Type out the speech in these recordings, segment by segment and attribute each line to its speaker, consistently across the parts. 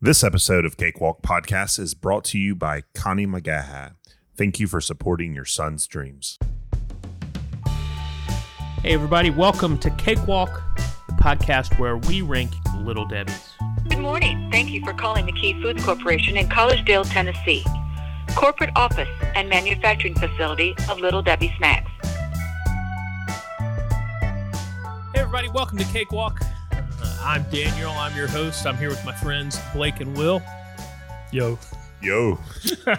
Speaker 1: This episode of Cakewalk Podcast is brought to you by Connie McGaha. Thank you for supporting your son's dreams.
Speaker 2: Hey, everybody, welcome to Cakewalk, the podcast where we rank Little Debbie's.
Speaker 3: Good morning. Thank you for calling the Key Foods Corporation in Collegedale, Tennessee. Corporate office and manufacturing facility of Little Debbie Snacks.
Speaker 2: Hey, everybody, welcome to Cakewalk. Uh, I'm Daniel, I'm your host. I'm here with my friends Blake and Will. Yo.
Speaker 1: Yo,
Speaker 2: All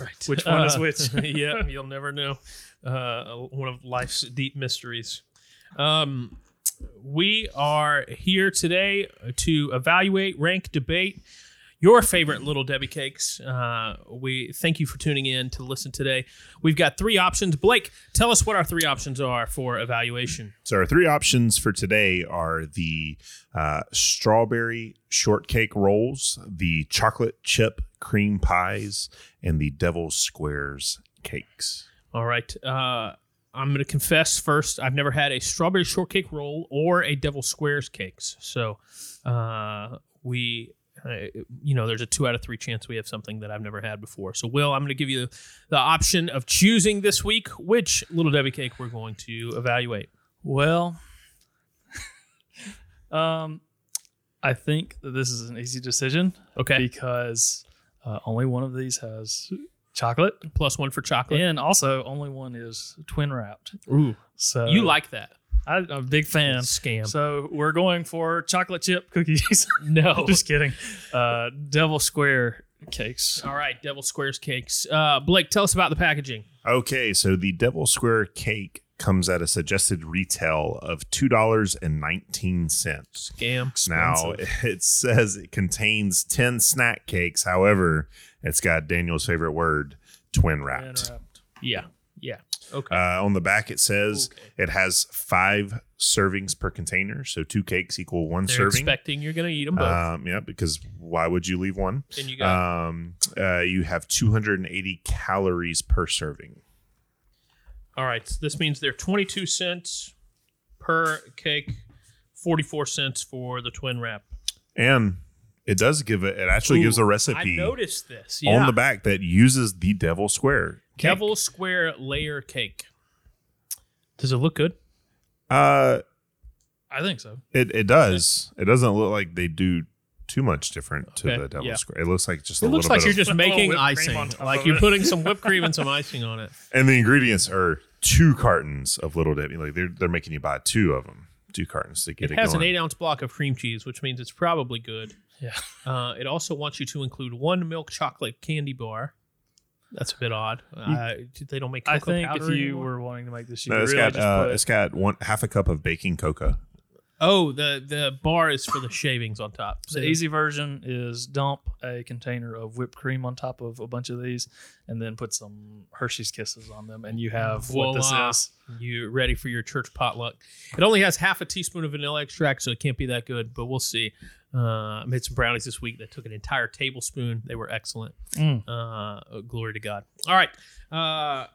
Speaker 2: right.
Speaker 4: Which one is which?
Speaker 2: Uh, yeah, you'll never know. Uh, one of life's deep mysteries. Um, we are here today to evaluate, rank, debate your favorite Little Debbie cakes. Uh, we thank you for tuning in to listen today. We've got three options. Blake, tell us what our three options are for evaluation.
Speaker 1: So our three options for today are the uh, strawberry shortcake rolls, the chocolate chip cream pies, and the devil squares cakes.
Speaker 2: All right. Uh, I'm going to confess first, I've never had a strawberry shortcake roll or a devil squares cakes. So uh, we, uh, you know, there's a two out of three chance we have something that I've never had before. So, Will, I'm going to give you the, the option of choosing this week which Little Debbie cake we're going to evaluate.
Speaker 4: Well, um, I think that this is an easy decision
Speaker 2: Okay.
Speaker 4: because uh, only one of these has chocolate,
Speaker 2: Plus one for chocolate.
Speaker 4: and also only one is twin wrapped.
Speaker 2: Ooh.
Speaker 4: So
Speaker 2: You like that.
Speaker 4: I, I'm a big fan.
Speaker 2: Scam.
Speaker 4: So we're going for chocolate chip cookies.
Speaker 2: no.
Speaker 4: Just kidding. Uh, devil square cakes.
Speaker 2: All right. Devil squares cakes. Uh, Blake, tell us about the packaging.
Speaker 1: Okay, so the devil square cake comes at a suggested retail of two dollars and nineteen cents.
Speaker 2: Scam.
Speaker 1: Now it says it contains 10 snack cakes. However, it's got Daniel's favorite word, twin wrapped.
Speaker 4: Twin wrapped.
Speaker 2: Yeah. Yeah. Okay.
Speaker 1: Uh, on the back, it says
Speaker 2: Okay.
Speaker 1: it has five servings per container. So two cakes equal one
Speaker 2: They're
Speaker 1: serving.
Speaker 2: expecting you're going to eat them both.
Speaker 1: Um, yeah, because why would you leave one?
Speaker 2: and you got
Speaker 1: Um, uh, you have 280 calories per serving.
Speaker 2: all right. So this means they're 22 cents per cake, 44 cents for the twin wrap.
Speaker 1: And it does give it, it actually gives
Speaker 2: Ooh,
Speaker 1: a
Speaker 2: I
Speaker 1: recipe on
Speaker 2: noticed this. Yeah.
Speaker 1: the back that uses the devil square. cake.
Speaker 2: Devil square layer cake. Does it look good?
Speaker 1: Uh,
Speaker 4: I think so.
Speaker 1: It it does. It doesn't look like they do too much different to
Speaker 2: Okay,
Speaker 1: the devil's
Speaker 2: yeah.
Speaker 1: square. It looks like just a
Speaker 2: It looks
Speaker 1: little
Speaker 2: like
Speaker 1: bit
Speaker 2: you're
Speaker 1: of,
Speaker 2: just
Speaker 4: Put a little
Speaker 2: making
Speaker 4: Oh, whipped cream
Speaker 2: icing.
Speaker 4: on top
Speaker 2: Like
Speaker 4: of
Speaker 2: you're
Speaker 4: it.
Speaker 2: putting some whipped cream and some icing on it.
Speaker 1: and the ingredients are two cartons of Little Debbie. Like they're they're making you buy two of them, two cartons to get
Speaker 2: It
Speaker 1: it,
Speaker 2: has an
Speaker 1: going.
Speaker 2: eight ounce block of cream cheese, which means it's probably good.
Speaker 4: Yeah.
Speaker 2: Uh, it also wants you to include one milk chocolate candy bar. That's a bit odd. uh, they don't make.
Speaker 4: I
Speaker 2: cocoa
Speaker 4: think if
Speaker 2: powder
Speaker 4: you
Speaker 2: anymore?
Speaker 4: were wanting to make this, you
Speaker 1: no, it's
Speaker 4: really
Speaker 1: got
Speaker 4: just
Speaker 1: uh,
Speaker 4: put
Speaker 1: it's got one half a cup of baking cocoa.
Speaker 2: Oh, the the bar is for the shavings on top.
Speaker 4: The easy version is dump a container of whipped cream on top of a bunch of these, and then put some Hershey's Kisses on them, and you have what this
Speaker 2: Voila.
Speaker 4: is.
Speaker 2: You ready for your church potluck? It only has half a teaspoon of vanilla extract, so it can't be that good. But we'll see. Uh, I made some brownies this week that took an entire tablespoon. They were excellent.
Speaker 4: Mm.
Speaker 2: Uh, glory to God. All right. Uh,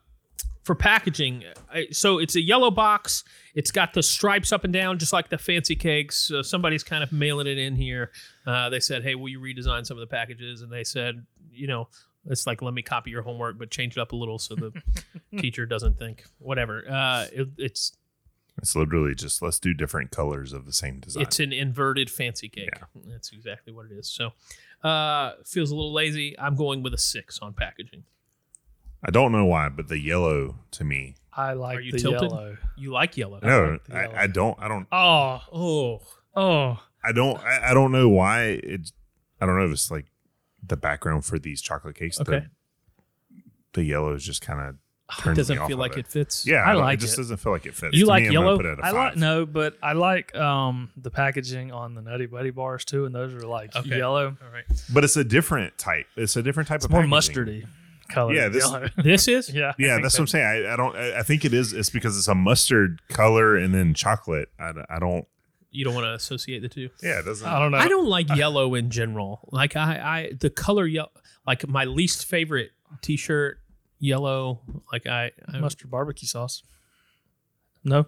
Speaker 2: for packaging, I, so it's a yellow box. It's got the stripes up and down, just like the fancy cakes. So somebody's kind of mailing it in here. Uh, they said, "Hey, will you redesign some of the packages?" And they said, "You know, it's like let me copy your homework, but change it up a little so the teacher doesn't think whatever." Uh, it, it's
Speaker 1: It's literally just let's do different colors of the same design.
Speaker 2: it's an inverted fancy cake. That's exactly what it is. So, uh, feels a little lazy. I'm going with a six on packaging.
Speaker 1: I don't know why, but the yellow to me.
Speaker 4: I like
Speaker 2: Are you
Speaker 4: the
Speaker 2: tilted?
Speaker 4: yellow.
Speaker 2: You like yellow?
Speaker 1: No,
Speaker 4: like the
Speaker 1: I,
Speaker 4: yellow.
Speaker 1: I don't. I don't.
Speaker 4: Oh,
Speaker 2: Oh,
Speaker 4: oh,
Speaker 1: I don't. I, I don't know why it. I don't know if it's like the background for these chocolate cakes.
Speaker 2: Okay.
Speaker 1: The, the yellow is just kind of
Speaker 2: it doesn't feel like it. fits.
Speaker 1: Yeah,
Speaker 4: I
Speaker 1: don't-
Speaker 4: like
Speaker 1: It just
Speaker 4: it.
Speaker 1: doesn't feel like it fits.
Speaker 2: You
Speaker 1: To
Speaker 2: like
Speaker 1: me, I'm gonna
Speaker 2: yellow?
Speaker 1: Put it at a
Speaker 4: I like
Speaker 1: five.
Speaker 4: no, but I like um the packaging on the Nutty Buddy bars too, and those are like
Speaker 2: Okay.
Speaker 4: yellow.
Speaker 2: All right.
Speaker 1: but it's a different type. It's a different type
Speaker 4: It's
Speaker 1: of
Speaker 4: more
Speaker 1: packaging.
Speaker 4: mustardy color.
Speaker 1: Yeah,
Speaker 4: than
Speaker 1: this-
Speaker 4: yellow.
Speaker 2: This is
Speaker 4: yeah, I
Speaker 1: Yeah,
Speaker 4: think
Speaker 1: that's
Speaker 4: so.
Speaker 1: what I'm saying. I, I don't. I I think it is. It's because it's a mustard color and then chocolate. I, d- I don't.
Speaker 2: you don't want to associate the two.
Speaker 1: Yeah, it doesn't.
Speaker 4: I don't know.
Speaker 2: I don't like yellow in general. Like I, I the color yellow, like my least favorite T-shirt yellow. Like I, I
Speaker 4: mustard barbecue sauce. No,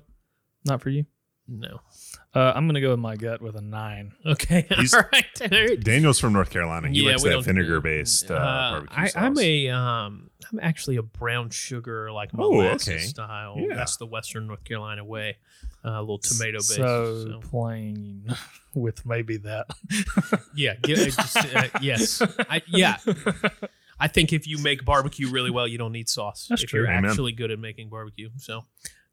Speaker 4: not for you.
Speaker 2: No.
Speaker 4: Uh, I'm gonna go with my gut with a nine.
Speaker 2: Okay.
Speaker 1: He's-
Speaker 2: All right. All right.
Speaker 1: Daniel's from North Carolina. He
Speaker 2: Yeah,
Speaker 1: likes
Speaker 2: we
Speaker 1: that
Speaker 2: don't-
Speaker 1: vinegar based uh,
Speaker 2: Uh,
Speaker 1: barbecue
Speaker 2: I,
Speaker 1: sauce.
Speaker 2: I'm a um, I'm actually a brown sugar like
Speaker 1: Oh,
Speaker 2: molasses
Speaker 1: okay.
Speaker 2: style.
Speaker 1: Yeah.
Speaker 2: That's the Western North Carolina way. Uh, a little tomato based.
Speaker 4: So,
Speaker 2: So.
Speaker 4: plain with maybe that.
Speaker 2: Yeah. gi- uh, just, uh, yes. I, yeah. I think if you make barbecue really well, you don't need sauce.
Speaker 4: That's
Speaker 2: if
Speaker 4: true.
Speaker 2: You're
Speaker 1: Amen.
Speaker 2: actually good at making barbecue. So,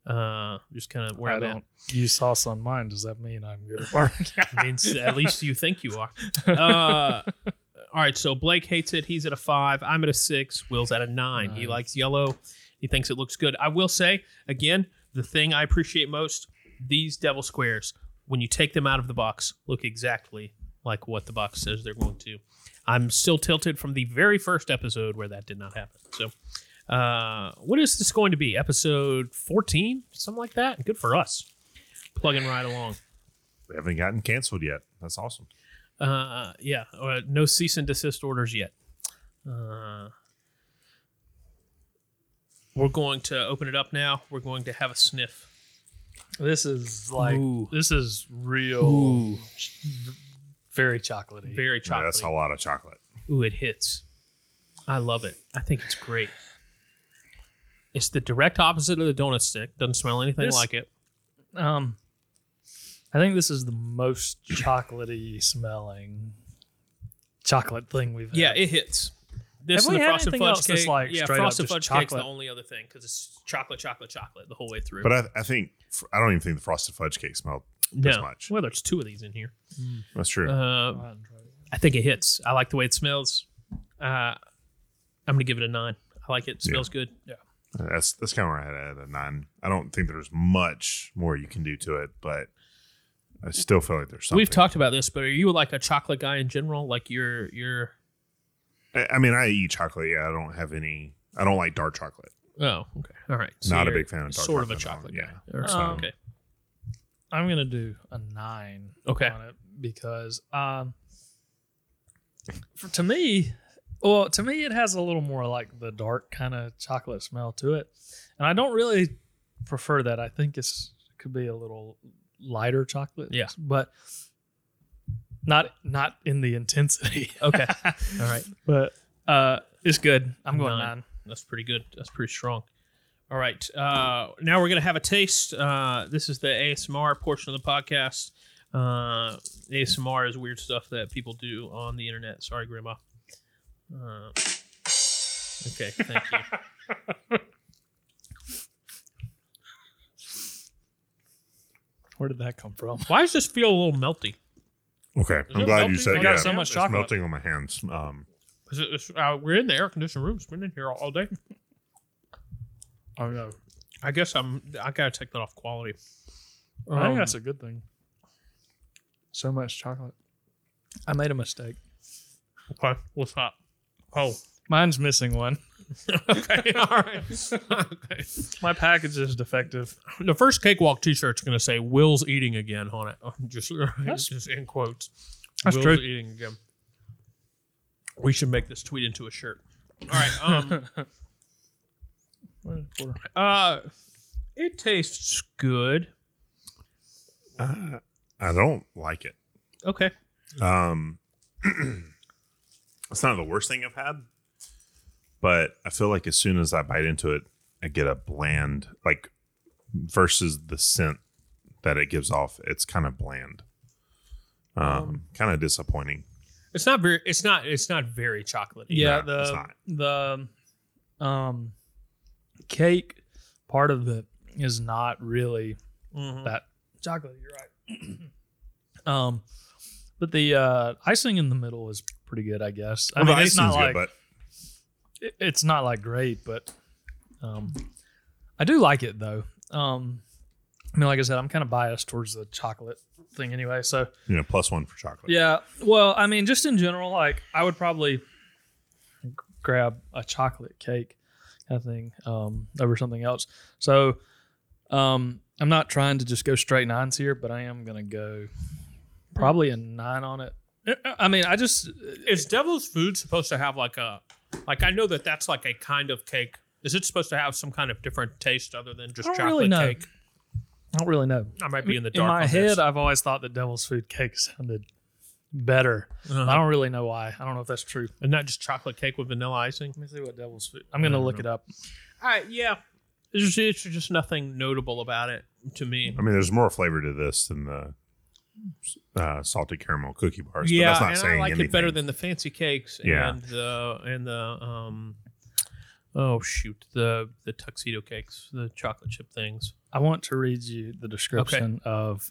Speaker 2: uh, just kind of where
Speaker 4: I
Speaker 2: I'm at.
Speaker 4: don't use sauce on mine. Does that mean I'm good at barbecue?
Speaker 2: I mean, s- at least you think you are. Uh, all right, so Blake hates it. He's at a five. I'm at a six. Will's at a nine. He
Speaker 4: Nice.
Speaker 2: likes yellow. He thinks it looks good. I will say again, the thing I appreciate most these devil squares when you take them out of the box look exactly like what the box says they're going to. I'm still tilted from the very first episode where that did not happen. So. Uh, what is this going to be? Episode 14? Something like that? Good for us. Plugging right along.
Speaker 1: They haven't gotten canceled yet. That's awesome.
Speaker 2: Uh, yeah, uh, no cease and desist orders yet. Uh, we're going to open it up now. We're going to have a sniff.
Speaker 4: this is like
Speaker 2: Ooh.
Speaker 4: this is real, very chocolatey.
Speaker 2: Very
Speaker 1: Yeah,
Speaker 2: chocolate.
Speaker 1: that's a lot of chocolate.
Speaker 2: Ooh, it hits. I love it. I think it's great. It's the direct opposite of the donut stick. Doesn't smell anything
Speaker 4: This-
Speaker 2: like it.
Speaker 4: Um, I think this is the most chocolatey smelling chocolate thing we've had.
Speaker 2: Yeah, it hits. This
Speaker 4: Have
Speaker 2: and
Speaker 4: we
Speaker 2: the
Speaker 4: had
Speaker 2: frosted
Speaker 4: anything
Speaker 2: fudge
Speaker 4: else
Speaker 2: cake.
Speaker 4: that's like
Speaker 2: yeah,
Speaker 4: straight up
Speaker 2: frosted
Speaker 4: just
Speaker 2: fudge cake's the
Speaker 4: chocolate?
Speaker 2: only other thing because it's chocolate, chocolate, chocolate the whole way through.
Speaker 1: But I, I think I don't even think the frosted fudge cake smelled as
Speaker 2: no,
Speaker 1: much.
Speaker 2: well, there's two of these in here.
Speaker 1: That's true.
Speaker 2: Um,
Speaker 4: I hadn't tried it.
Speaker 2: I think it hits. I like the way it smells. Uh, I'm gonna give it a nine. I like it. it smells good. Yeah.
Speaker 1: that's that's kind of where I had at a nine. I don't think there's much more you can do to it, but I still feel like there's something.
Speaker 2: We've talked about this, but are you like a chocolate guy in general? Like you're you're
Speaker 1: I, I mean, I eat chocolate. Yeah, I don't have any. I don't like dark chocolate.
Speaker 2: oh okay all right.
Speaker 1: Not a
Speaker 2: you're
Speaker 1: big fan of dark
Speaker 2: sort of a
Speaker 1: chocolate
Speaker 2: chocolate
Speaker 1: at all.
Speaker 2: guy.
Speaker 1: Yeah.
Speaker 2: Or-
Speaker 4: So-
Speaker 2: okay.
Speaker 4: I'm gonna do a nine.
Speaker 2: Okay.
Speaker 4: on it because um, for, to me, well, to me, it has a little more like the dark kind of chocolate smell to it, and I don't really prefer that. I think it's could be a little lighter chocolate.
Speaker 2: Yeah.
Speaker 4: but not not in the intensity.
Speaker 2: Okay. All right.
Speaker 4: but uh, it's good. I'm going
Speaker 2: Nine.
Speaker 4: nine.
Speaker 2: That's pretty good. That's pretty strong. All right. Uh, now we're going to have a taste. Uh, this is the ASMR portion of the podcast. Uh, ASMR is weird stuff that people do on the internet. Sorry, Grandma. Uh, okay. Thank you.
Speaker 4: Where did that come from?
Speaker 2: Why does this feel a little melty?
Speaker 1: Okay,
Speaker 2: it
Speaker 1: I'm glad you
Speaker 2: melting? I
Speaker 1: said
Speaker 2: got
Speaker 1: yeah.
Speaker 4: so much
Speaker 1: it's
Speaker 4: chocolate.
Speaker 1: melting on my hands. Um,
Speaker 2: 'Cause it- it's- uh, we're in the air conditioned rooms. We've been in here all, all day.
Speaker 4: I don't know.
Speaker 2: I guess I'm. I gotta take that off quality.
Speaker 4: I think
Speaker 2: Um,
Speaker 4: that's a good thing. So much chocolate. I made a mistake.
Speaker 2: okay. What's that? Oh.
Speaker 4: Mine's missing one.
Speaker 2: okay. All right. okay.
Speaker 4: My package is defective.
Speaker 2: The first cakewalk T-shirt's going to say "Will's eating again" on it, just, just in quotes.
Speaker 4: That's
Speaker 2: Will's
Speaker 4: true.
Speaker 2: Eating again. We should make this tweet into a shirt. All right. Um. uh, it tastes good.
Speaker 1: uh, I don't like it.
Speaker 2: Okay.
Speaker 1: Um, it's not the worst thing I've had, but I feel like as soon as I bite into it, I get a bland like versus the scent that it gives off. It's kind of bland, um, kind of disappointing.
Speaker 2: It's not very. It's not. It's not very chocolatey.
Speaker 4: Yeah,
Speaker 1: No, it's
Speaker 4: the the um cake part of it is not really
Speaker 2: Mhm.
Speaker 4: that chocolate. You're right. um, but the uh, icing in the middle is pretty good, I guess. I
Speaker 1: Well, the
Speaker 4: mean, it's not
Speaker 1: icing's
Speaker 4: like
Speaker 1: good,
Speaker 4: it- it's not like great, but um, I do like it though. Um, I mean, like I said, I'm kind of biased towards the chocolate thing anyway. So
Speaker 1: but you know, plus one for chocolate.
Speaker 4: yeah, well, I mean, just in general, like I would probably g- grab a chocolate cake kind of thing um, over something else. So um, I'm not trying to just go straight nines here, but I am gonna go probably a nine on it. Uh, I- I mean, I just
Speaker 2: Is Devil's Food supposed to have like a, like I know that that's like a kind of cake. Is it supposed to have some kind of different taste other than just
Speaker 4: I don't
Speaker 2: chocolate
Speaker 4: really know.
Speaker 2: cake?
Speaker 4: I don't really know.
Speaker 2: I might be in the
Speaker 4: In
Speaker 2: dark.
Speaker 4: my
Speaker 2: on
Speaker 4: head,
Speaker 2: this.
Speaker 4: I've always thought that devil's food cake sounded better.
Speaker 2: Uh-huh.
Speaker 4: I don't really know why. I don't know if that's true.
Speaker 2: and not just chocolate cake with vanilla icing.
Speaker 4: Let me see what devil's food. I'm gonna
Speaker 2: I don't
Speaker 4: look it up.
Speaker 2: All right, yeah. There's, there's just nothing notable about it to me.
Speaker 1: I mean, there's more flavor to this than the uh, salted caramel cookie bars. but
Speaker 2: yeah,
Speaker 1: that's not
Speaker 2: and
Speaker 1: saying
Speaker 2: I like
Speaker 1: anything.
Speaker 2: it better than the fancy cakes
Speaker 1: Yeah.
Speaker 2: and the and the um. Oh shoot the the tuxedo cakes, the chocolate chip things.
Speaker 4: I want to read you the description of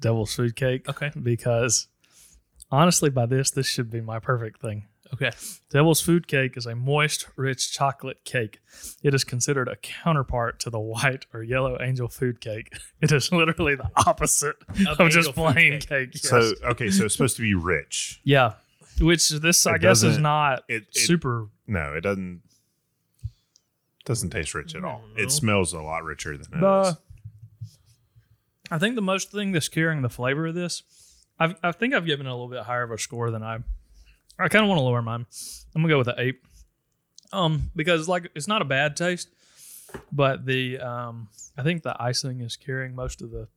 Speaker 4: devil's food cake
Speaker 2: Okay,
Speaker 4: because honestly, by this, this should be my perfect thing.
Speaker 2: okay.
Speaker 4: Devil's Food Cake is a moist, rich chocolate cake. It is considered a counterpart to the white or yellow angel food cake. It is literally the opposite
Speaker 2: Of
Speaker 4: of, just
Speaker 2: angel food
Speaker 4: plain
Speaker 2: cake.
Speaker 4: cake.
Speaker 1: So
Speaker 4: yes.
Speaker 1: okay, so it's supposed to be rich.
Speaker 4: yeah, which this I
Speaker 1: It
Speaker 4: guess is
Speaker 1: doesn't-
Speaker 4: not
Speaker 1: It, it-
Speaker 4: super.
Speaker 1: no, it doesn't doesn't taste rich at all.
Speaker 2: No.
Speaker 1: It smells a lot richer than it is.
Speaker 4: The, I think the most thing that's curing the flavor of this, I've, I think I've given it a little bit higher of a score than I. I kind of want to lower mine. I'm gonna go with an eight, um, because like it's not a bad taste, but the um, I think the icing is curing most of the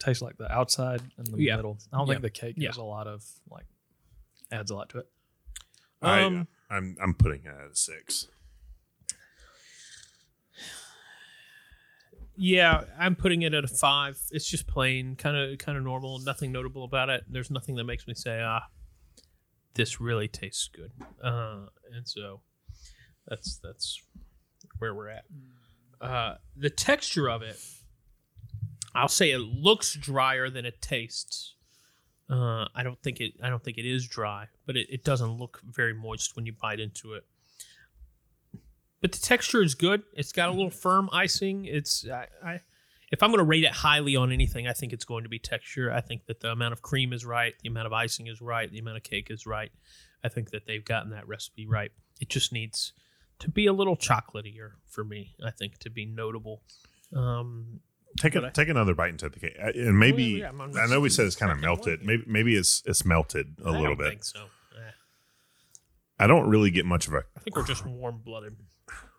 Speaker 4: taste, like the outside and the
Speaker 2: Yeah.
Speaker 4: middle. I don't
Speaker 2: Yeah.
Speaker 4: think the cake
Speaker 2: Yeah.
Speaker 4: has a lot of like adds a lot to it.
Speaker 2: um,
Speaker 1: I, I'm I'm putting it at a six.
Speaker 2: Yeah, I'm putting it at a five. It's just plain, kind of kind of normal. Nothing notable about it. There's nothing that makes me say, ah, this really tastes good. Uh, and so that's that's where we're at. Uh, the texture of it, I'll say it looks drier than it tastes. Uh, I don't think it. I don't think it is dry, but it, it doesn't look very moist when you bite into it but the texture is good. It's got a little firm icing. It's I, I if I'm going to rate it highly on anything, I think it's going to be texture. I think that the amount of cream is right, the amount of icing is right, the amount of cake is right. I think that they've gotten that recipe right. It just needs to be a little chocolatier for me. I think to be notable. Um,
Speaker 1: Take
Speaker 2: But I-
Speaker 1: a, take another bite into the cake, Uh, and maybe
Speaker 2: yeah, I'm not-
Speaker 1: I know we said it's kind of melted.
Speaker 2: one.
Speaker 1: Maybe maybe it's it's melted a
Speaker 2: I
Speaker 1: little
Speaker 2: don't
Speaker 1: bit.
Speaker 2: Think so. Eh,
Speaker 1: I don't really get much of a
Speaker 2: I think we're just warm blooded.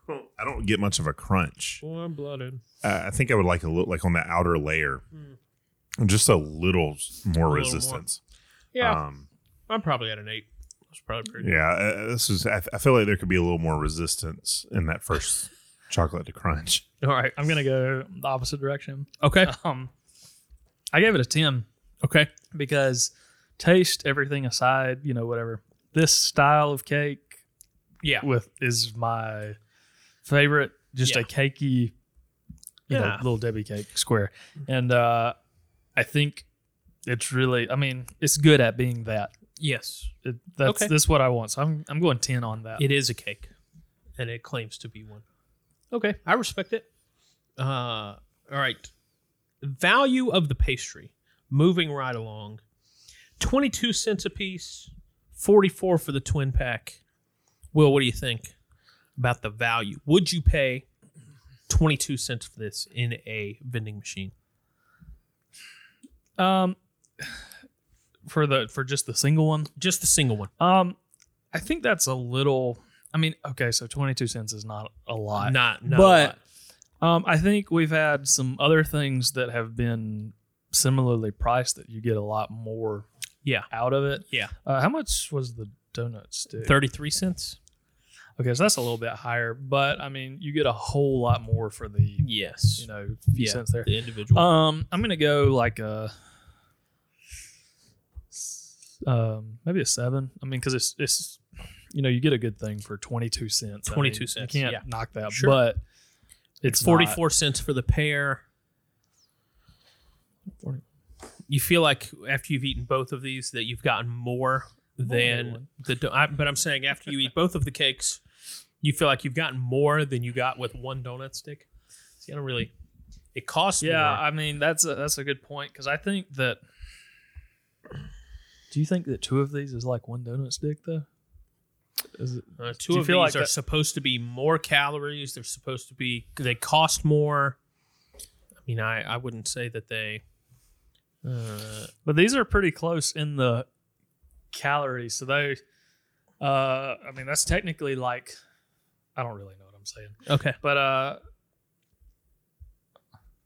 Speaker 1: I don't get much of a crunch.
Speaker 2: Warm blooded.
Speaker 1: Uh, I think I would like a little like on the outer layer, just a little s- more
Speaker 2: Hmm. more.
Speaker 1: resistance.
Speaker 2: Yeah,
Speaker 1: um,
Speaker 2: I'm probably at an eight. That's probably pretty.
Speaker 1: yeah. uh, This is I, I feel like there could be a little more resistance in that first chocolate to crunch.
Speaker 2: All right.
Speaker 4: I'm gonna go the opposite direction.
Speaker 2: Okay.
Speaker 4: Um, I gave it a ten.
Speaker 2: Okay.
Speaker 4: because taste everything aside, you know, whatever. This style of cake
Speaker 2: Yeah.
Speaker 4: with is my favorite. Just
Speaker 2: Yeah.
Speaker 4: a cakey, you know,
Speaker 2: Yeah.
Speaker 4: little Debbie cake square, and uh, I think it's really. I mean, it's good at being that.
Speaker 2: Yes.
Speaker 4: It, that's
Speaker 2: Okay.
Speaker 4: that's what I want. So I'm I'm going ten on that.
Speaker 2: It is a cake, and it claims to be one.
Speaker 4: okay.
Speaker 2: I respect it. Uh, all right. Value of the pastry. Moving right along. Twenty-two cents a piece. Forty-four for the twin pack. Will, what do you think about the value? Would you pay twenty-two cents for this in a vending machine?
Speaker 4: Um, for the for just the single one.
Speaker 2: Just the single one.
Speaker 4: Um, I think that's a little. I mean, okay, so twenty two cents is not a lot.
Speaker 2: not, not. a
Speaker 4: but-
Speaker 2: lot.
Speaker 4: Um, I think we've had some other things that have been similarly priced that you get a lot more
Speaker 2: yeah,
Speaker 4: out of it.
Speaker 2: yeah,
Speaker 4: Uh, how much was the donut stick?
Speaker 2: thirty-three cents.
Speaker 4: Okay, so that's a little bit higher, but I mean, you get a whole lot more for the you
Speaker 2: Yes.
Speaker 4: know few
Speaker 2: Yeah,
Speaker 4: cents there.
Speaker 2: The individual.
Speaker 4: Um, I'm gonna go like a um maybe a seven. I mean, because it's it's you know you get a good thing for twenty two cents. I mean,
Speaker 2: 22 cents,
Speaker 4: You can't
Speaker 2: yeah.
Speaker 4: knock that,
Speaker 2: Sure.
Speaker 4: but it's not-
Speaker 2: 44 cents for the pair. You feel like after you've eaten both of these that you've gotten more than
Speaker 4: one.
Speaker 2: the do- I, but I'm saying after you eat both of the cakes, you feel like you've gotten more than you got with one donut stick. See, I don't really it costs
Speaker 4: Yeah,
Speaker 2: more.
Speaker 4: I mean that's a, that's a good point because I think that. Do you think that two of these is like one donut stick though? Is it,
Speaker 2: Uh, two
Speaker 4: you
Speaker 2: of these
Speaker 4: feel like
Speaker 2: are
Speaker 4: that-
Speaker 2: supposed to be more calories. They're supposed to be they cost more. I mean, I I wouldn't say that they uh,
Speaker 4: but these are pretty close in the calories, so they. Uh, I mean that's technically like, uh, I don't really know what I'm saying,
Speaker 2: okay.
Speaker 4: but uh,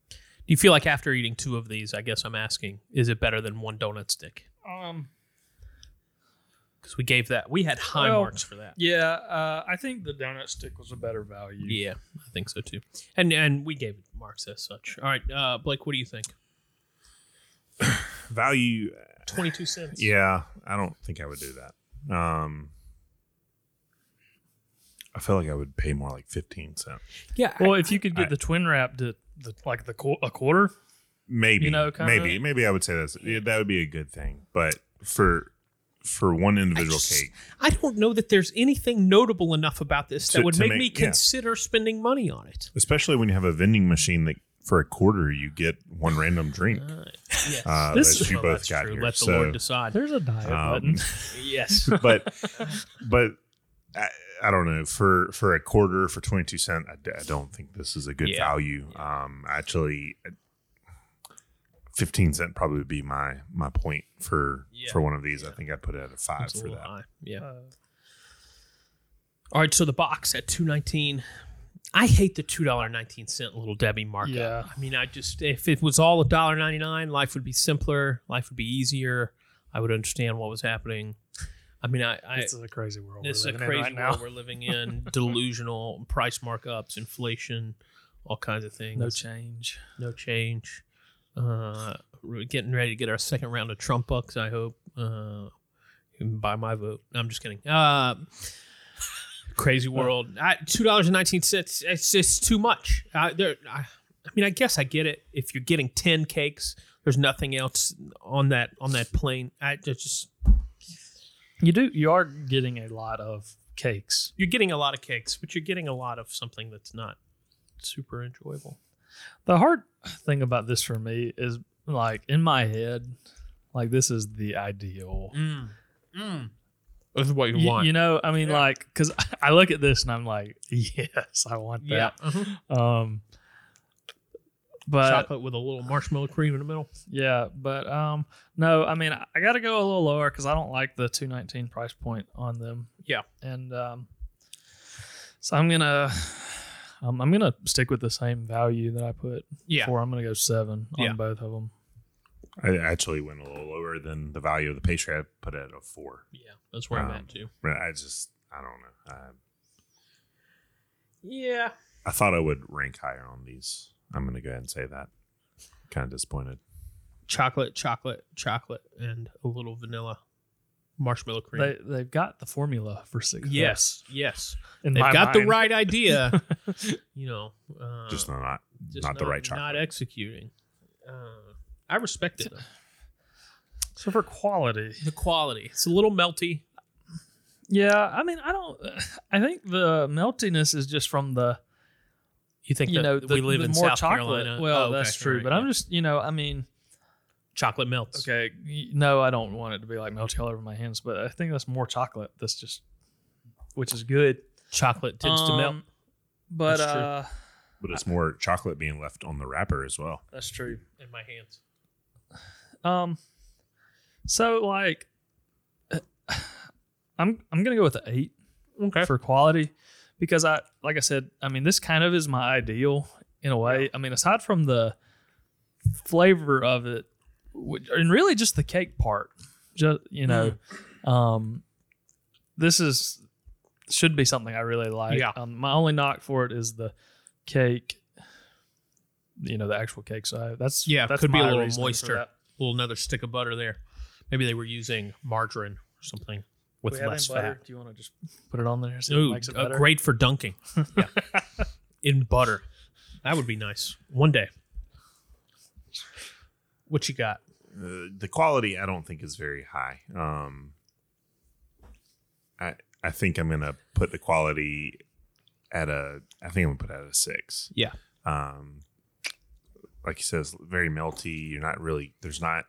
Speaker 2: Do you feel like after eating two of these, I guess I'm asking, is it better than one donut stick?
Speaker 4: Um,
Speaker 2: Because we gave that, we had high
Speaker 4: Well-
Speaker 2: marks for that.
Speaker 4: yeah, uh, I think the donut stick was a better value.
Speaker 2: Yeah, I think so too. And and we gave it marks as such. All right, uh, Blake, what do you think?
Speaker 1: Value,
Speaker 2: Twenty two cents.
Speaker 1: yeah, I don't think I would do that. Um, I feel like I would pay more like 15 cents.
Speaker 2: yeah.
Speaker 4: Well, if you could get
Speaker 1: I-
Speaker 4: the twin wrap to the, like the qu- a quarter,
Speaker 1: Maybe,
Speaker 4: You know, kinda-
Speaker 1: maybe, maybe I would say that's yeah, that would be a good thing. But for for one individual
Speaker 2: just-
Speaker 1: cake,
Speaker 2: I don't know that there's anything notable enough about this that
Speaker 1: To-
Speaker 2: would
Speaker 1: to
Speaker 2: make,
Speaker 1: make-
Speaker 2: me
Speaker 1: yeah.
Speaker 2: consider spending money on it.
Speaker 1: especially when you have a vending machine that for a quarter you get one random drink.
Speaker 2: All right. Yes.
Speaker 1: Uh,
Speaker 4: This-
Speaker 1: that you
Speaker 2: Well,
Speaker 1: both
Speaker 2: that's
Speaker 1: got
Speaker 2: true.
Speaker 1: here.
Speaker 2: Let the
Speaker 1: so,
Speaker 2: Lord decide.
Speaker 4: there's a diet
Speaker 1: um,
Speaker 4: button.
Speaker 2: Yes.
Speaker 1: but but I, I don't know for for a quarter for twenty two cent. I, d- I don't think this is a good
Speaker 2: Yeah.
Speaker 1: value. Um, actually, fifteen cent probably would be my my point for
Speaker 2: Yeah.
Speaker 1: for one of these. I think I put it at a five
Speaker 2: It's a
Speaker 1: for
Speaker 2: little
Speaker 1: that.
Speaker 2: high. Yeah.
Speaker 4: Uh,
Speaker 2: All right, so the box at two nineteen. I hate the two dollar nineteen cent little Debbie markup.
Speaker 4: Yeah.
Speaker 2: I mean, I just if it was all a dollar ninety nine, life would be simpler, life would be easier. I would understand what was happening. I mean, I, I
Speaker 4: this is a crazy world.
Speaker 2: this is
Speaker 4: we're
Speaker 2: a
Speaker 4: living in
Speaker 2: crazy
Speaker 4: right now.
Speaker 2: world we're living in. delusional price markups, inflation, all kinds of things.
Speaker 4: No change.
Speaker 2: no change. Uh, we're getting ready to get our second round of Trump bucks. I hope. Uh, by my vote, No, I'm just kidding. Uh, crazy world. I, Two dollars and nineteen cents. It's just too much. I, there. I, I mean, I guess I get it. If you're getting ten cakes, there's nothing else on that on that plane. I it's just
Speaker 4: You do. You are getting a lot of cakes.
Speaker 2: you're getting a lot of cakes, but you're getting a lot of something that's not super enjoyable.
Speaker 4: The hard thing about this for me is like in my head, like this is the ideal.
Speaker 2: Mm. Mm. That's what
Speaker 4: Y- You, know, I mean,
Speaker 2: Yeah.
Speaker 4: like, because I look at this and I'm like, yes, I want
Speaker 2: yeah.
Speaker 4: that.
Speaker 2: Uh-huh.
Speaker 4: Um, but
Speaker 2: Chocolate with a little marshmallow cream in the middle.
Speaker 4: yeah, but um, no, I mean, I, I got to go a little lower because I don't like the two nineteen price point on them.
Speaker 2: Yeah.
Speaker 4: and um, so I'm gonna, um, I'm gonna stick with the same value that I put
Speaker 2: Yeah.
Speaker 4: for. I'm gonna go seven
Speaker 2: Yeah.
Speaker 4: on both of them.
Speaker 1: I actually went a little lower than the value of the pastry. I put it at a four.
Speaker 2: Yeah, that's where I'm
Speaker 1: Um,
Speaker 2: at too.
Speaker 1: But I just I don't know. I,
Speaker 2: Yeah.
Speaker 1: I thought I would rank higher on these. I'm gonna go ahead and say that. Kind of disappointed.
Speaker 2: Chocolate, chocolate, chocolate, and a little vanilla marshmallow cream.
Speaker 4: They they've got the formula for success.
Speaker 2: yes, yes.
Speaker 4: in
Speaker 2: They've
Speaker 4: my
Speaker 2: got the
Speaker 4: mind.
Speaker 2: right idea. you know, uh,
Speaker 1: just not not,
Speaker 2: just
Speaker 1: the right
Speaker 2: Not
Speaker 1: chocolate.
Speaker 2: executing. Uh, I respect it. though.
Speaker 4: So for quality,
Speaker 2: The quality. It's a little melty.
Speaker 4: yeah. I mean, I don't. I think the meltiness is just from the
Speaker 2: You think
Speaker 4: you
Speaker 2: that
Speaker 4: know
Speaker 2: we
Speaker 4: the,
Speaker 2: live
Speaker 4: the
Speaker 2: in
Speaker 4: more
Speaker 2: South
Speaker 4: chocolate.
Speaker 2: Carolina?
Speaker 4: Well,
Speaker 2: Oh, okay.
Speaker 4: that's
Speaker 2: All
Speaker 4: true.
Speaker 2: right,
Speaker 4: but I'm
Speaker 2: yeah.
Speaker 4: just you know, I mean,
Speaker 2: chocolate melts.
Speaker 4: okay, y- no, I don't want it to be like melty all over my hands, but I think that's more chocolate. That's just which is good.
Speaker 2: Chocolate tends to melt.
Speaker 4: Um, But
Speaker 2: That's true.
Speaker 4: uh,
Speaker 1: But it's more chocolate being left on the wrapper as well.
Speaker 4: that's true.
Speaker 2: in my hands.
Speaker 4: Um, so like, I'm I'm gonna go with an eight.
Speaker 2: Okay.
Speaker 4: for quality because I like I said, I mean this kind of is my ideal in a way. I mean aside from the flavor of it which- and really just the cake part. Just you know,
Speaker 2: Mm-hmm.
Speaker 4: um this is should be something I really like.
Speaker 2: Yeah.
Speaker 4: Um, my only knock for it is the cake you know the actual cake so that's
Speaker 2: Yeah,
Speaker 4: that's
Speaker 2: could be a
Speaker 4: my
Speaker 2: little
Speaker 4: reasoning for
Speaker 2: moister.
Speaker 4: that.
Speaker 2: A little another stick of butter there. Maybe they were using margarine or something with
Speaker 4: We have
Speaker 2: less
Speaker 4: in butter.
Speaker 2: fat.
Speaker 4: do you want to just put it on there so it
Speaker 2: Ooh,
Speaker 4: makes it
Speaker 2: uh,
Speaker 4: better?
Speaker 2: great for dunking. Yeah. In butter. That would be nice. One day. What you got?
Speaker 1: Uh, the quality I don't think is very high. Um, I I think I'm gonna put the quality at a. I think I'm gonna put it at a six.
Speaker 2: Yeah.
Speaker 1: Um, like you said, it's very melty. You're not really. There's not.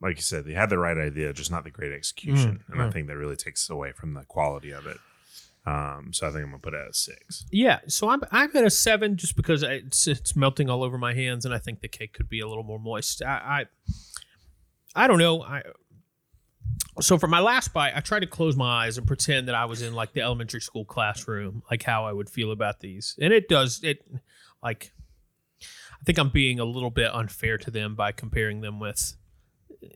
Speaker 1: Like you said, they had the right idea, just not the great execution,
Speaker 2: Mm,
Speaker 1: and I
Speaker 2: mm.
Speaker 1: think that really takes away from the quality of it. Um, so I think I'm gonna put it at a six.
Speaker 2: Yeah, so I'm I'm at a seven just because I, it's it's melting all over my hands, and I think the cake could be a little more moist. I I, I don't know. I so for my last bite, I tried to close my eyes and pretend that I was in like the elementary school classroom, like how I would feel about these, and it does it like. I I think I'm being a little bit unfair to them by comparing them with uh,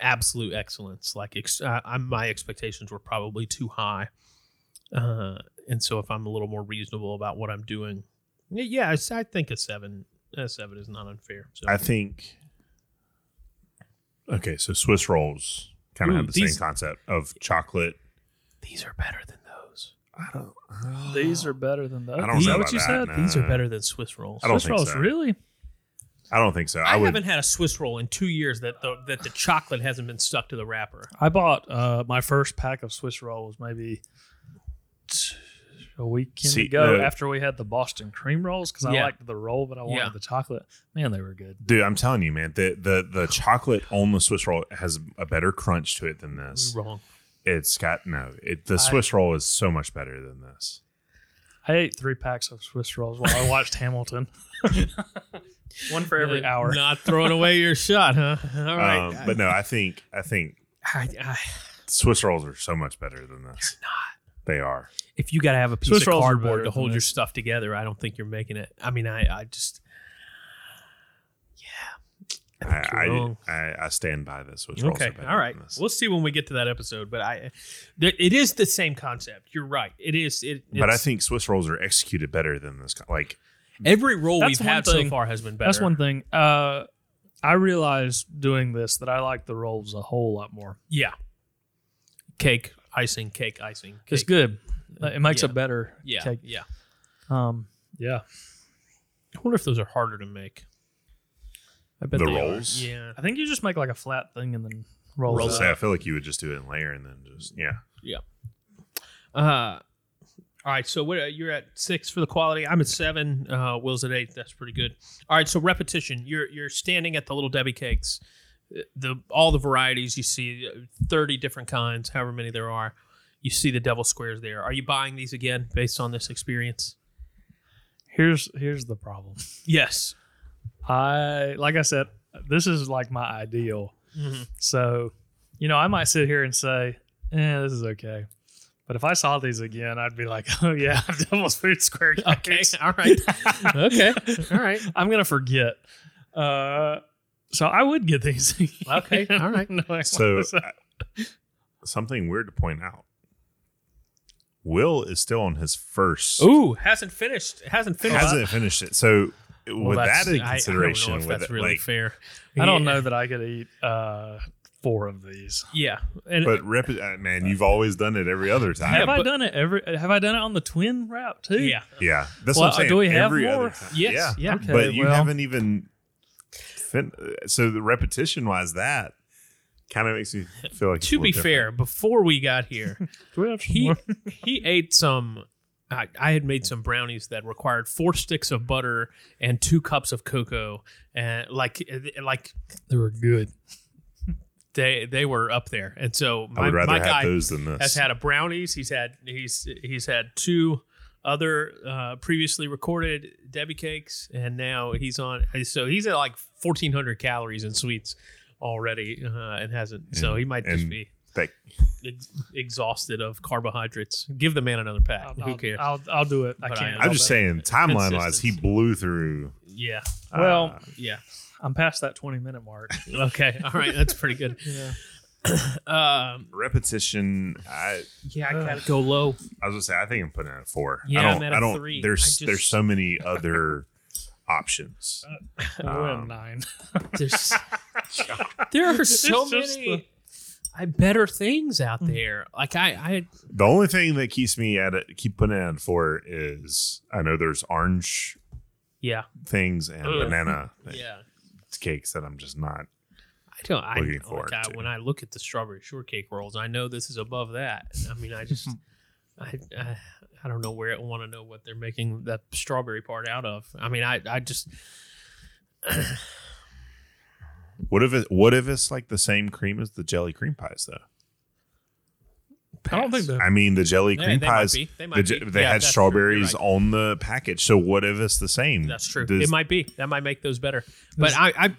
Speaker 2: absolute excellence. Like ex- I, I, my expectations were probably too high, uh, and so if I'm a little more reasonable about what I'm doing, y- yeah, I, s- I think a seven, a seven is not unfair. So
Speaker 1: I think. Okay, so Swiss rolls kind
Speaker 2: Ooh,
Speaker 1: of have the
Speaker 2: these-
Speaker 1: same concept of chocolate.
Speaker 2: these are better than those.
Speaker 1: I don't.
Speaker 4: These are better than those.
Speaker 1: I don't
Speaker 2: Is
Speaker 1: know
Speaker 2: that
Speaker 1: about
Speaker 4: what you
Speaker 1: that,
Speaker 4: said?
Speaker 1: no.
Speaker 2: These are better than Swiss rolls.
Speaker 1: I don't
Speaker 4: Swiss
Speaker 1: think
Speaker 4: rolls,
Speaker 1: so.
Speaker 4: really?
Speaker 1: I don't think so. I,
Speaker 2: I,
Speaker 1: would.
Speaker 2: haven't had a Swiss roll in two years that the that the chocolate hasn't been stuck to the wrapper.
Speaker 4: I bought uh, my first pack of Swiss rolls maybe t- a weekend
Speaker 1: See, uh,
Speaker 4: ago
Speaker 1: no.
Speaker 4: after we had the Boston cream rolls because I
Speaker 2: Yeah.
Speaker 4: liked the roll, but I wanted
Speaker 2: Yeah.
Speaker 4: the chocolate. Man, they were good.
Speaker 1: Dude, I'm telling you, man, the, the the chocolate on the Swiss roll has a better crunch to it than this.
Speaker 2: You're wrong.
Speaker 1: It's got no. It, the Swiss roll is so much better than this.
Speaker 4: I ate three packs of Swiss rolls while I watched Hamilton. One for every
Speaker 2: Uh,
Speaker 4: hour.
Speaker 2: Not throwing away your shot, huh? All right.
Speaker 1: Um, but no, I think I think
Speaker 2: I- I-
Speaker 1: Swiss rolls are so much better than this. They are.
Speaker 2: if you got to have a piece
Speaker 4: Swiss
Speaker 2: of
Speaker 4: rolls are
Speaker 2: cardboard
Speaker 4: better
Speaker 2: to
Speaker 4: than
Speaker 2: hold your
Speaker 4: this.
Speaker 2: stuff together, I don't think you're making it. I mean, I, I just, yeah, I think you're
Speaker 1: I,
Speaker 2: wrong.
Speaker 1: I, I, I stand by this. Swiss rolls are
Speaker 2: Okay,
Speaker 1: better
Speaker 2: all right.
Speaker 1: Than this.
Speaker 2: We'll see when we get to that episode, but I, there, it is the same concept. You're right. It is. It,
Speaker 1: but I
Speaker 2: it's-
Speaker 1: think Swiss rolls are executed better than this. co- Like
Speaker 2: every roll we've
Speaker 4: That's one
Speaker 2: had so
Speaker 4: thing-
Speaker 2: far has been better.
Speaker 4: That's one thing. Uh, I realized doing this that I like the rolls a whole lot more.
Speaker 2: Yeah. Cake icing, cake icing. Cake.
Speaker 4: It's good. It makes
Speaker 2: uh, Yeah.
Speaker 4: a better
Speaker 2: Yeah,
Speaker 4: cake.
Speaker 2: yeah.
Speaker 4: Um, yeah.
Speaker 2: I wonder if those are harder to make. I bet
Speaker 1: The
Speaker 2: they are.
Speaker 1: rolls?
Speaker 2: Yeah,
Speaker 4: I think you just make like a flat thing and then roll
Speaker 1: I'll
Speaker 2: Roll
Speaker 4: it
Speaker 1: say,
Speaker 4: up.
Speaker 1: I feel like you would just do it in layer and then just yeah.
Speaker 2: Uh, all right, so what, uh, you're at six for the quality. I'm at seven. Uh, Will's at eight. That's pretty good. All right, so repetition. You're you're standing at the little Debbie cakes, Uh, the all the varieties you see, uh, thirty different kinds, however many there are. You see the devil squares there. Are you buying these again based on this experience?
Speaker 4: Here's here's the problem.
Speaker 2: Yes.
Speaker 4: I like I said, this is like my ideal.
Speaker 2: Mm-hmm.
Speaker 4: So, you know, I might sit here and say, eh, this is okay. But if I saw these again, I'd be like, oh yeah, Devil's Food Square.
Speaker 2: Okay.
Speaker 4: cupcakes."
Speaker 2: All right. okay. All right.
Speaker 4: I'm gonna forget. Uh, so I would get these.
Speaker 2: Okay, all right.
Speaker 4: No, I
Speaker 1: So
Speaker 4: wasn't.
Speaker 1: I- something weird to point out. Will is still on his first.
Speaker 2: Ooh, hasn't finished. Hasn't finished.
Speaker 1: hasn't finished it. So with
Speaker 2: that's-
Speaker 1: that in
Speaker 2: I- I don't know
Speaker 1: consideration,
Speaker 2: if
Speaker 1: with
Speaker 2: that's
Speaker 1: it,
Speaker 2: really
Speaker 1: like,
Speaker 2: fair.
Speaker 4: I don't
Speaker 2: Yeah.
Speaker 4: know that I could eat uh, four of these.
Speaker 2: Yeah, and
Speaker 1: but rep, uh, man, you've always done it every other time.
Speaker 4: Have I
Speaker 2: but-
Speaker 4: done it every? Have I done it on the twin route too?
Speaker 2: yeah,
Speaker 1: yeah, that's
Speaker 4: Well,
Speaker 1: what
Speaker 2: uh,
Speaker 1: I'm saying.
Speaker 4: do we have
Speaker 1: every
Speaker 4: more?
Speaker 1: other time.
Speaker 2: yes,
Speaker 1: yeah,
Speaker 2: yeah.
Speaker 4: Okay,
Speaker 1: but you
Speaker 4: well-
Speaker 1: haven't even. Fin- so the repetition wise, that kind of makes me feel like. it's
Speaker 2: To
Speaker 1: a
Speaker 2: be
Speaker 1: little
Speaker 2: fair, before we got here,
Speaker 4: Do we have some
Speaker 2: he
Speaker 4: more?
Speaker 2: he ate some. I, I had made some brownies that required four sticks of butter and two cups of cocoa, and like eh, like
Speaker 4: They were good.
Speaker 2: they they were up there. And so
Speaker 1: different. I
Speaker 2: my,
Speaker 1: would rather
Speaker 2: my
Speaker 1: have
Speaker 2: guy
Speaker 1: those than this.
Speaker 2: has had a brownies. He's had he's he's had two other uh, previously recorded Debbie cakes, and now he's on. So he's at like fourteen hundred calories in sweets already, uh, and hasn't. so
Speaker 1: And-
Speaker 2: he might just
Speaker 1: and
Speaker 2: be
Speaker 1: that-
Speaker 2: ex- exhausted of carbohydrates. Give the man another pack.
Speaker 4: I'll,
Speaker 2: Who cares?
Speaker 4: I'll, I'll do it. I
Speaker 2: But I
Speaker 4: can't.
Speaker 2: am-
Speaker 1: I'm just saying, timeline wise,
Speaker 2: Consistent.
Speaker 1: he blew through.
Speaker 2: yeah,
Speaker 1: uh,
Speaker 4: Well-
Speaker 2: yeah.
Speaker 4: I'm past that 20 minute mark.
Speaker 2: Okay, all right. That's pretty good.
Speaker 4: You know?
Speaker 2: Um,
Speaker 1: repetition. I,
Speaker 2: yeah, I
Speaker 4: Ugh.
Speaker 2: gotta go low.
Speaker 1: I was gonna say, I think I'm putting it at four.
Speaker 2: Yeah,
Speaker 1: I
Speaker 2: I'm
Speaker 1: don't,
Speaker 2: at a
Speaker 1: I don't,
Speaker 2: three.
Speaker 1: There's
Speaker 2: I just- Uh,
Speaker 1: there's so many other options.
Speaker 4: We're at
Speaker 1: Um,
Speaker 4: nine.
Speaker 2: There's there are so
Speaker 4: It's just Mm.
Speaker 2: many. I better things out there. Like I, I
Speaker 1: The only thing that keeps me at it, keep putting it at four is I know there's orange
Speaker 2: yeah,
Speaker 1: things and
Speaker 2: Ugh.
Speaker 1: banana thing-
Speaker 2: yeah.
Speaker 1: cakes that I'm just not.
Speaker 2: I don't. I,
Speaker 1: Looking
Speaker 2: like,
Speaker 1: forward
Speaker 2: I-
Speaker 1: to.
Speaker 2: when I look at the strawberry shortcake rolls, I know this is above that. I mean, I just, I, I, I don't know where I want to know what they're making that strawberry part out of. I mean, I, I just,
Speaker 1: What if it? What if it's like the same cream as the jelly cream pies though?
Speaker 4: I don't think that.
Speaker 1: I mean, the jelly
Speaker 2: Yeah,
Speaker 1: cream
Speaker 2: they might
Speaker 1: pies.
Speaker 2: be. They might
Speaker 1: the je-
Speaker 2: be.
Speaker 1: they
Speaker 2: Yeah,
Speaker 1: had
Speaker 2: that's true. You're
Speaker 1: strawberries
Speaker 2: right.
Speaker 1: on the package, so what if it's the same?
Speaker 2: That's true.
Speaker 1: Does-
Speaker 2: it might be. That might make those better. But I, I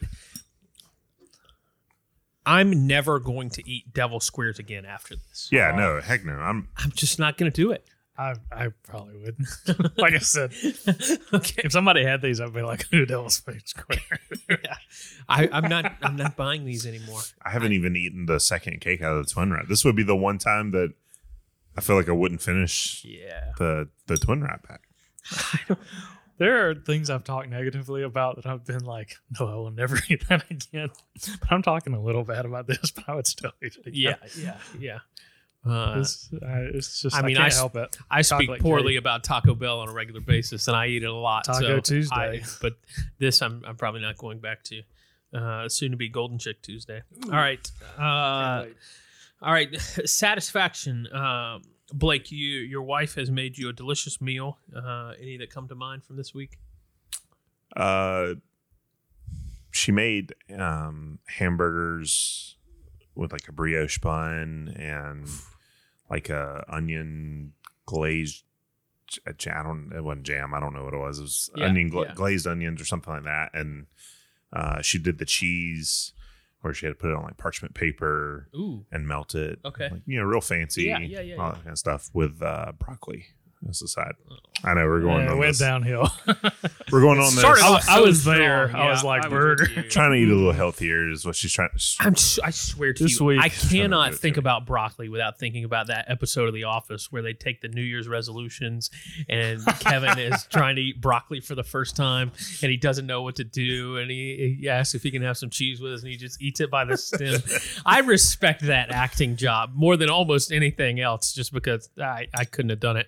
Speaker 2: I'm never going to eat devil squares again after this.
Speaker 1: yeah, no, heck no. I'm
Speaker 2: I'm just not going to do it.
Speaker 4: I I probably wouldn't. like I said,
Speaker 2: okay.
Speaker 4: if somebody had these, I'd be like, "Who the hell's Fate Square?"
Speaker 2: I, I'm not. I'm not buying these anymore.
Speaker 1: I haven't even eaten the second cake out of the twin wrap. This would be the one time that I feel like I wouldn't finish
Speaker 2: Yeah.
Speaker 1: the the twin wrap pack.
Speaker 4: there are things I've talked negatively about that I've been like, "No, I will never eat that again." But I'm talking a little bad about this, but I would still eat it. Again.
Speaker 2: Yeah. Yeah. Yeah. Uh,
Speaker 4: It's, I, it's just
Speaker 2: I
Speaker 4: I
Speaker 2: mean,
Speaker 4: mean, I
Speaker 2: I
Speaker 4: can't
Speaker 2: s-
Speaker 4: help it.
Speaker 2: I speak
Speaker 4: Chocolate
Speaker 2: poorly
Speaker 4: cake.
Speaker 2: about Taco Bell on a regular basis, and I eat it a lot.
Speaker 4: Taco
Speaker 2: so
Speaker 4: Tuesday.
Speaker 2: I- but this, I'm, I'm probably not going back to. Uh, soon to be Golden Chick Tuesday. All right. Uh, all right. Satisfaction. Um, Blake, you your wife has made you a delicious meal. Uh, any that come to mind from this week?
Speaker 1: Uh, she made um, hamburgers with like a brioche bun and like a onion glazed. A jam, I don't. It wasn't jam. I don't know what it was. It was
Speaker 2: Yeah,
Speaker 1: onion gla-
Speaker 2: yeah.
Speaker 1: glazed onions or something like that. And uh, she did the cheese, where she had to put it on like parchment paper
Speaker 2: Ooh.
Speaker 1: and melt it.
Speaker 2: Okay.
Speaker 1: Like, you know, real fancy.
Speaker 2: Yeah, yeah, yeah,
Speaker 1: All
Speaker 2: yeah. Oh.
Speaker 1: that kind of stuff with uh, broccoli as a side. I know we're going
Speaker 4: Yeah, it
Speaker 1: on
Speaker 4: went
Speaker 1: this.
Speaker 4: downhill.
Speaker 1: We're going on this.
Speaker 2: Started
Speaker 4: I
Speaker 2: off
Speaker 4: wa- I
Speaker 2: so
Speaker 4: was
Speaker 2: strong.
Speaker 4: there. I was like,
Speaker 2: with
Speaker 4: burger.
Speaker 2: you.
Speaker 1: trying to eat a little healthier is what she's trying to.
Speaker 2: I'm s- I swear to
Speaker 4: This
Speaker 2: you,
Speaker 4: week-
Speaker 2: I
Speaker 1: Just trying to
Speaker 2: cannot
Speaker 1: do it
Speaker 2: think
Speaker 1: too.
Speaker 2: about broccoli without thinking about that episode of The Office where they take the New Year's resolutions and Kevin is trying to eat broccoli for the first time and he doesn't know what to do and he, he asks if he can have some cheese with us and he just eats it by the stem. I respect that acting job more than almost anything else just because I, I couldn't have done it.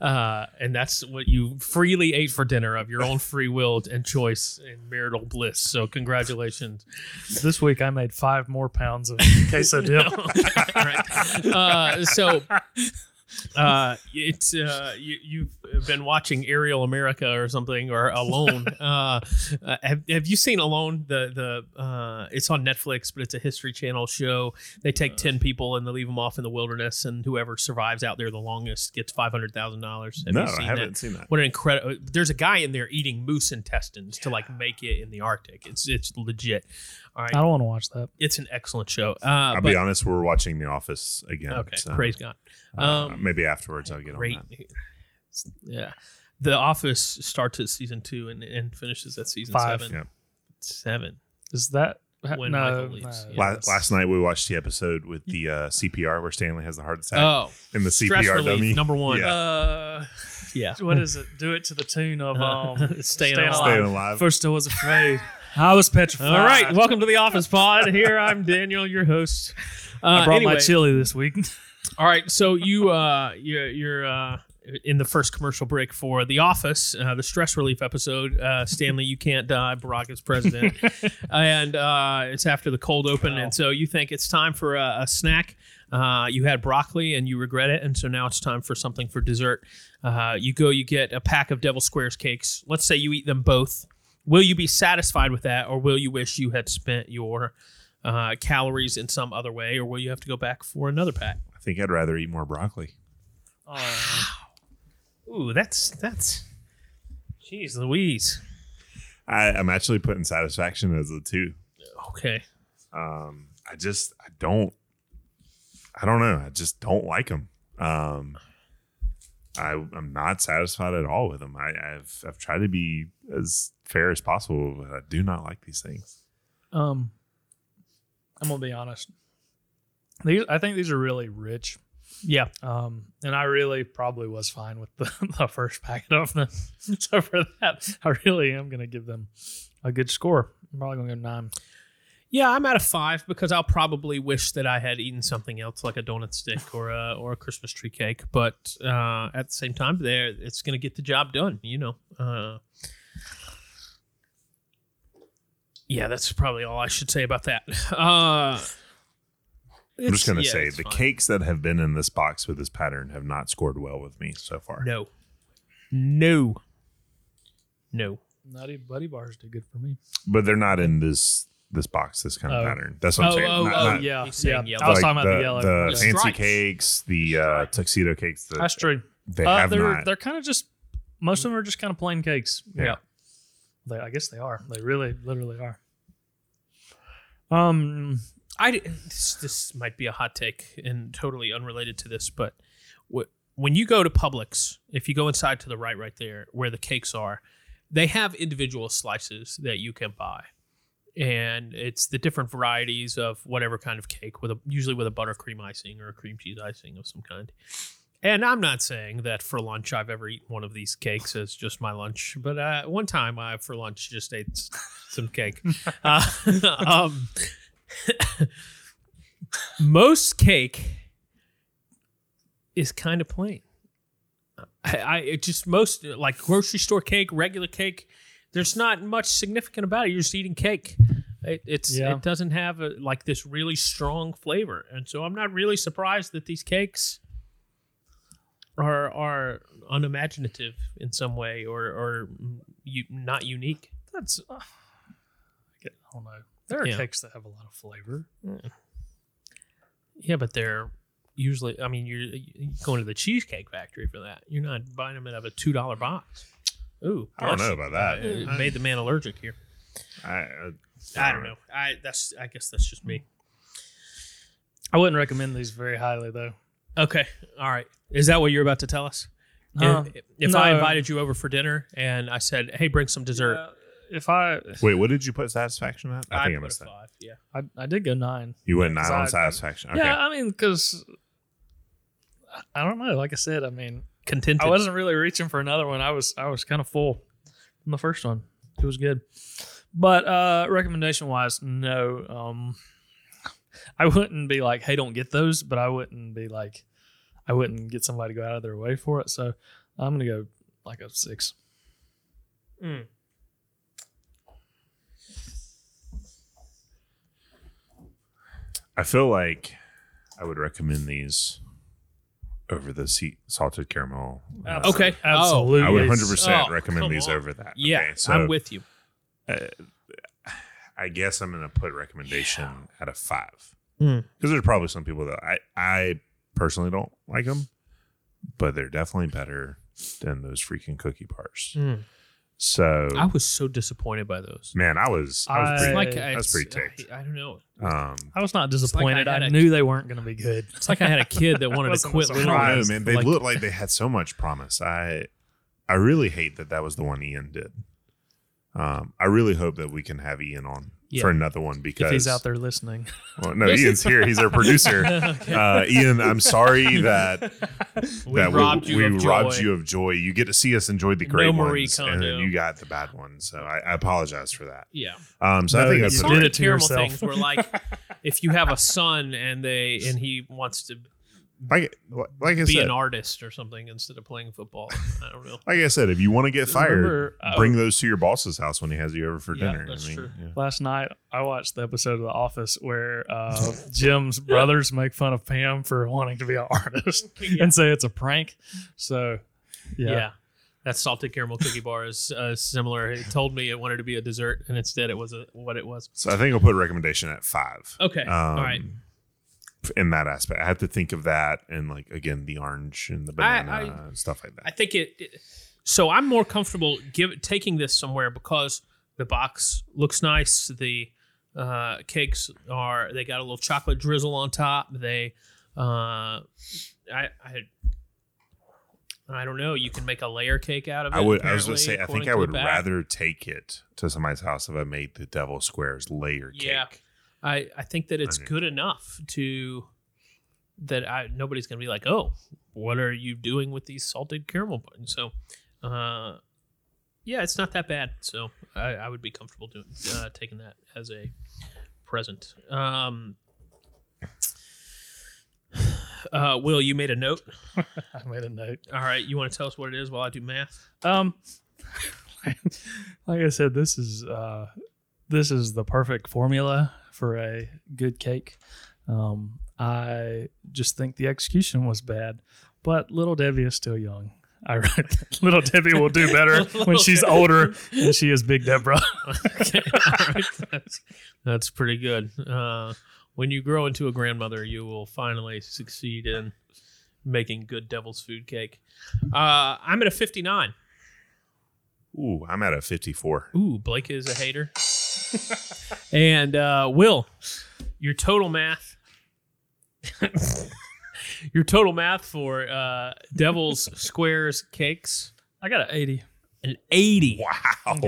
Speaker 2: Uh, and that's what you freely ate for dinner of your own free will and choice and marital bliss. So congratulations.
Speaker 4: this week I made five more pounds of queso dip.
Speaker 2: right. Uh, so uh, it's uh, you, you've been watching Aerial America or something or Alone. Uh, uh, have, have you seen Alone? The the uh, it's on Netflix, but it's a History Channel show. They
Speaker 1: Uh,
Speaker 2: take ten people and they leave them off in the wilderness, and whoever survives out there the longest gets five hundred thousand dollars.
Speaker 1: No, I haven't seen that.
Speaker 2: What an incredible! There's a guy in there eating moose intestines to like make it in the Arctic. It's it's legit. All
Speaker 4: I
Speaker 2: right,
Speaker 4: don't want to watch that.
Speaker 2: it's an excellent show. Uh,
Speaker 1: I'll
Speaker 2: but-
Speaker 1: be honest. We're watching The Office again.
Speaker 2: Okay,
Speaker 1: so,
Speaker 2: praise God.
Speaker 1: uh,
Speaker 2: Um,
Speaker 1: maybe afterwards I'll get
Speaker 2: Great.
Speaker 1: on that.
Speaker 2: Yeah. The Office starts at season two and, and finishes at season
Speaker 4: Five.
Speaker 2: seven.
Speaker 1: Yeah.
Speaker 2: Seven.
Speaker 4: Is that
Speaker 2: When
Speaker 4: no,
Speaker 2: Michael leaves,
Speaker 4: no.
Speaker 2: yeah.
Speaker 1: La- Last night we watched the episode with the uh, CPR where Stanley has the heart attack
Speaker 2: Oh,
Speaker 1: and the
Speaker 2: stress
Speaker 1: CPR
Speaker 2: relief,
Speaker 1: dummy.
Speaker 2: number one.
Speaker 1: Yeah.
Speaker 4: Uh,
Speaker 2: Yeah. Uh,
Speaker 4: what is it? Do it to the tune of um,
Speaker 2: Staying
Speaker 1: Staying
Speaker 2: alive.
Speaker 1: alive.
Speaker 4: First, I was afraid. I was petrified.
Speaker 2: All right, welcome to the Office Pod. Here I'm Daniel, your host. Uh,
Speaker 4: I brought my
Speaker 2: anyway,
Speaker 4: chili this week.
Speaker 2: All right, so you uh, you're, you're uh, in the first commercial break for The Office, uh, the stress relief episode. Uh, Stanley, you can't die. Barack is president, and uh, it's after the cold open, and so you think it's time for a, a snack. Uh, you had broccoli and you regret it, and so now it's time for something for dessert. Uh, you go, you get a pack of Devil Squares cakes. Let's say you eat them both. Will you be satisfied with that, or will you wish you had spent your uh, calories in some other way, or will you have to go back for another pack?
Speaker 1: I think I'd rather eat more broccoli.
Speaker 2: Ooh, that's that's. Jeez Louise.
Speaker 1: I, I'm actually putting satisfaction as a two.
Speaker 2: Okay.
Speaker 1: Um, I just I don't I don't know. I just don't like them. Um, I I'm not satisfied at all with them. I, I've I've tried to be as fair as possible, but I do not like these things.
Speaker 4: Um, I'm gonna be honest. These, I think these are really rich.
Speaker 2: Yeah.
Speaker 4: Um, and I really probably was fine with the, the first packet of them. so for that, I really am gonna give them a good score. I'm probably gonna go nine.
Speaker 2: Yeah, I'm at a five because I'll probably wish that I had eaten something else like a donut stick or a or a Christmas tree cake. But uh, at the same time, there it's gonna get the job done. You know. Uh, yeah, that's probably all I should say about that. Uh,
Speaker 1: I'm just gonna
Speaker 2: yeah,
Speaker 1: say
Speaker 2: it's
Speaker 1: the
Speaker 2: fine.
Speaker 1: cakes that have been in this box with this pattern have not scored well with me so far.
Speaker 2: No. No. No.
Speaker 4: Nutty Buddy bars did good for me.
Speaker 1: But they're not in this this box. This kind of
Speaker 4: Oh.
Speaker 1: pattern. That's what I'm saying. Not- not-
Speaker 4: yeah,
Speaker 2: he's saying
Speaker 4: yeah.
Speaker 2: yellow.
Speaker 4: I was
Speaker 1: like
Speaker 4: talking about the, yellow.
Speaker 1: the
Speaker 4: Yeah.
Speaker 2: hand-
Speaker 1: fancy
Speaker 2: Stripes.
Speaker 1: cakes, the uh, tuxedo cakes. That
Speaker 4: That's true.
Speaker 1: They
Speaker 4: Uh,
Speaker 1: have
Speaker 4: they're
Speaker 1: not.
Speaker 4: they're kind of just most of them are just kind of plain cakes.
Speaker 1: Yeah.
Speaker 4: They, I guess they are. They really, literally are. Um,
Speaker 2: I di- this, this might be a hot take and totally unrelated to this, but what when you go to Publix, if you go inside to the right, right there where the cakes are, they have individual slices that you can buy, and it's the different varieties of whatever kind of cake with a usually with a buttercream icing or a cream cheese icing of some kind. And I'm not saying that for lunch I've ever eaten one of these cakes as just my lunch, but uh, one time I for lunch just ate s- some cake. Uh, um, most cake is kind of plain. I, I it just most like grocery store cake, regular cake. There's not much significant about it. You're just eating cake. It, it's
Speaker 4: Yeah.
Speaker 2: it doesn't have a, like this really strong flavor, and so I'm not really surprised that these cakes are are unimaginative in some way or or you not unique.
Speaker 4: That's uh,
Speaker 5: I don't know. There are
Speaker 2: Yeah.
Speaker 5: cakes that have a lot of flavor.
Speaker 2: Yeah, but they're usually. I mean, you're, you're going to the cheesecake factory for that. You're not buying them out of a two dollar box. Ooh, Uh,
Speaker 1: I don't
Speaker 2: bless
Speaker 1: know
Speaker 2: you.
Speaker 1: about that.
Speaker 2: It made the man allergic here.
Speaker 1: I, uh, I,
Speaker 2: I don't know. I that's. I guess that's just me.
Speaker 4: I wouldn't recommend these very highly though.
Speaker 2: Okay. All right. Is that what you're about to tell us?
Speaker 4: Uh,
Speaker 2: if if I
Speaker 4: no.
Speaker 2: invited you over for dinner and I said, "Hey, bring some dessert,"
Speaker 4: Uh, if I,
Speaker 1: Wait, what did you put satisfaction at? I
Speaker 2: I'd
Speaker 1: think I
Speaker 2: put a
Speaker 1: missed that.
Speaker 2: five, Yeah.
Speaker 4: I, I did go nine.
Speaker 1: You went nine on
Speaker 4: Side-
Speaker 1: satisfaction. Okay.
Speaker 4: Yeah, I mean, because I don't know. Like I said, I mean,
Speaker 2: Contented.
Speaker 4: I wasn't really reaching for another one. I was I was kind of full from the first one. It was good, but uh recommendation wise, no. Um I wouldn't be like, hey, don't get those, but I wouldn't be like, I wouldn't get somebody to go out of their way for it. So I'm gonna go like a six.
Speaker 2: Mm.
Speaker 1: I feel like I would recommend these over the se- salted caramel. uh,
Speaker 2: Okay.
Speaker 4: Absolutely.
Speaker 1: I would
Speaker 4: Yes.
Speaker 1: 100%
Speaker 2: Oh, come
Speaker 1: recommend these
Speaker 2: on.
Speaker 1: over that.
Speaker 2: Oh, yeah.
Speaker 1: Okay, so
Speaker 2: I'm with you.
Speaker 1: I guess I'm going to put recommendation at a five.
Speaker 2: Hmm.
Speaker 1: Because there's probably some people that I, I personally don't like them, but they're definitely better than those freaking cookie bars.
Speaker 4: Hmm.
Speaker 2: Mm.
Speaker 1: So,
Speaker 2: I was so disappointed by those.
Speaker 1: man, I was, I was
Speaker 4: I-
Speaker 1: pretty,
Speaker 4: Like,
Speaker 1: that's
Speaker 2: it's-
Speaker 1: pretty ticked.
Speaker 2: I, I don't know.
Speaker 1: um,
Speaker 4: I was not
Speaker 2: like I
Speaker 4: disappointed.
Speaker 2: had
Speaker 4: I
Speaker 2: a-
Speaker 4: knew they weren't gonna be good.
Speaker 2: It's like I had a kid that wanted to
Speaker 4: Wasn't
Speaker 2: quit.
Speaker 4: a
Speaker 1: I
Speaker 2: Literally.
Speaker 1: don't know, man. They
Speaker 2: Like,
Speaker 1: looked like they had so much promise. I, I really hate that that was the one Ian did. Um, I really hope that we can have Ian on
Speaker 2: Yeah.
Speaker 1: for another one because
Speaker 4: If he's out there listening,
Speaker 1: Well, no, Ian's here. He's our producer. uh, Ian, I'm sorry that
Speaker 2: we
Speaker 1: that
Speaker 2: robbed
Speaker 1: we,
Speaker 2: you
Speaker 1: we
Speaker 2: of
Speaker 1: robbed
Speaker 2: joy.
Speaker 1: you of joy. You get to see us enjoy the great
Speaker 2: Marie
Speaker 1: ones, and
Speaker 2: Kondo.
Speaker 1: then you got the bad ones. So I, I apologize for that.
Speaker 2: Yeah.
Speaker 1: Um, so I think
Speaker 4: you
Speaker 1: that's
Speaker 4: did
Speaker 1: what
Speaker 2: Sorry,
Speaker 4: it to
Speaker 2: terrible
Speaker 4: yourself.
Speaker 2: things were like if you have a son and they and he wants to
Speaker 1: like like I
Speaker 2: be
Speaker 1: said.
Speaker 2: an artist or something instead of playing football. I don't know.
Speaker 1: Like I said, if you want to get fired,
Speaker 4: Remember, I-
Speaker 1: bring those to your boss's house when he has you over for
Speaker 2: uh, Yeah,
Speaker 1: dinner.
Speaker 2: that's true.
Speaker 1: yeah.
Speaker 4: last night I watched the episode of The Office where uh, Jim's brothers make fun of Pam for wanting to be an artist and say it's a prank. So,
Speaker 2: Yeah.
Speaker 4: yeah,
Speaker 2: That salted caramel cookie bar is uh, similar. It told me it wanted to be a dessert, and instead it was a, what it was.
Speaker 1: So I think I'll put a recommendation at five.
Speaker 2: Okay. All right.
Speaker 1: Um, In that aspect, I have to think of that, and like again, the orange and the
Speaker 2: I-
Speaker 1: banana and stuff like
Speaker 2: I
Speaker 1: that.
Speaker 2: think it, it- So I'm more comfortable give, taking this somewhere because the box looks nice. The uh, cakes are they got a little chocolate drizzle on top. They, uh, I, I, I don't know. You can make a layer cake out of it.
Speaker 1: I would. I was gonna
Speaker 2: apparently,
Speaker 1: say. I
Speaker 2: according
Speaker 1: think I
Speaker 2: to the
Speaker 1: would
Speaker 2: back.
Speaker 1: rather take it to somebody's house if I made the devil squares layer cake.
Speaker 2: Yeah. I, I think that it's
Speaker 1: Okay.
Speaker 2: good enough to that I nobody's gonna be like, oh, what are you doing with these salted caramel buttons? So, uh, yeah, it's not that bad. So I, I would be comfortable doing uh, taking that as a present. Um, uh, Will, you made a note.
Speaker 4: I made a note.
Speaker 2: All right, you want to tell us what it is while I do math?
Speaker 4: Um, like I said, this is uh, this is the perfect formula for a good cake. Um, I just think the execution was bad, but little Debbie is still young. I wrote, little Debbie will do better when she's older and she is Big Deborah.
Speaker 2: Okay, all right, that's, that's pretty good. Uh, when you grow into a grandmother, you will finally succeed in making good devil's food cake. Uh, I'm at a 59.
Speaker 1: Ooh, I'm at a 54.
Speaker 2: Ooh, Blake is a hater. and uh, Will, your total math Your total math for uh, Devil's Squares Cakes,
Speaker 4: I got an 80.
Speaker 2: an 80.
Speaker 1: Wow.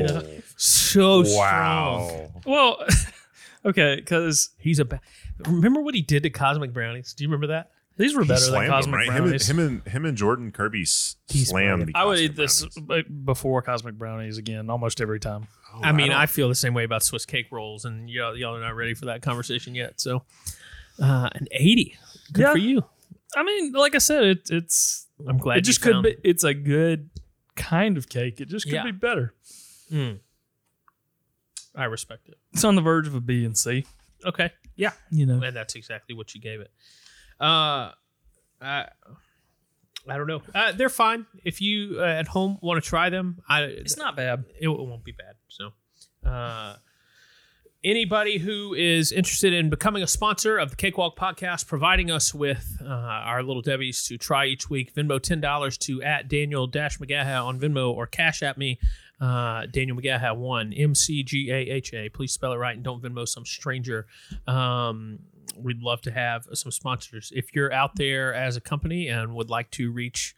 Speaker 2: So strong.
Speaker 1: Wow.
Speaker 4: Well, okay, because
Speaker 2: He's a ba- Remember what he did to Cosmic Brownies? Do you remember that?
Speaker 4: these were
Speaker 1: He
Speaker 4: better
Speaker 1: slammed
Speaker 4: than
Speaker 1: 'em,
Speaker 4: Cosmic
Speaker 1: right? Him and,
Speaker 4: Brownies.
Speaker 1: him and him and Jordan Kirby s-
Speaker 2: He
Speaker 1: slammed.
Speaker 2: slammed
Speaker 1: the
Speaker 4: I would
Speaker 1: Cosmic
Speaker 4: eat this
Speaker 1: Brownies.
Speaker 4: like, before Cosmic Brownies again, almost every time.
Speaker 1: Oh,
Speaker 2: I mean,
Speaker 1: don't-
Speaker 2: I, feel the same way about Swiss cake rolls, and y'all, y'all are not ready for that conversation yet. So, uh, an 80. Good
Speaker 4: Yeah.
Speaker 2: for you.
Speaker 4: I mean, like I said, it, it's
Speaker 2: I'm glad
Speaker 4: it just
Speaker 2: you
Speaker 4: could
Speaker 2: found-
Speaker 4: be. It's a good kind of cake. It just could
Speaker 2: Yeah.
Speaker 4: be better. Hmm.
Speaker 2: Mm. I respect it.
Speaker 4: It's on the verge of a B and C.
Speaker 2: Okay. Yeah.
Speaker 4: You know,
Speaker 2: And that's exactly what you gave it. Uh, I, I don't know. Uh, they're fine. If you uh, at home want to try them, I,
Speaker 4: it's not bad.
Speaker 2: it, it won't be bad. So, uh, anybody who is interested in becoming a sponsor of the Cakewalk podcast, providing us with uh, our little Debbie's to try each week, Venmo ten dollars to at Daniel Dash McGaha on Venmo or Cash at me. Uh, Daniel McGaha one M C G A H A. Please spell it right and don't Venmo some stranger. Um, we'd love to have some sponsors. If you're out there as a company and would like to reach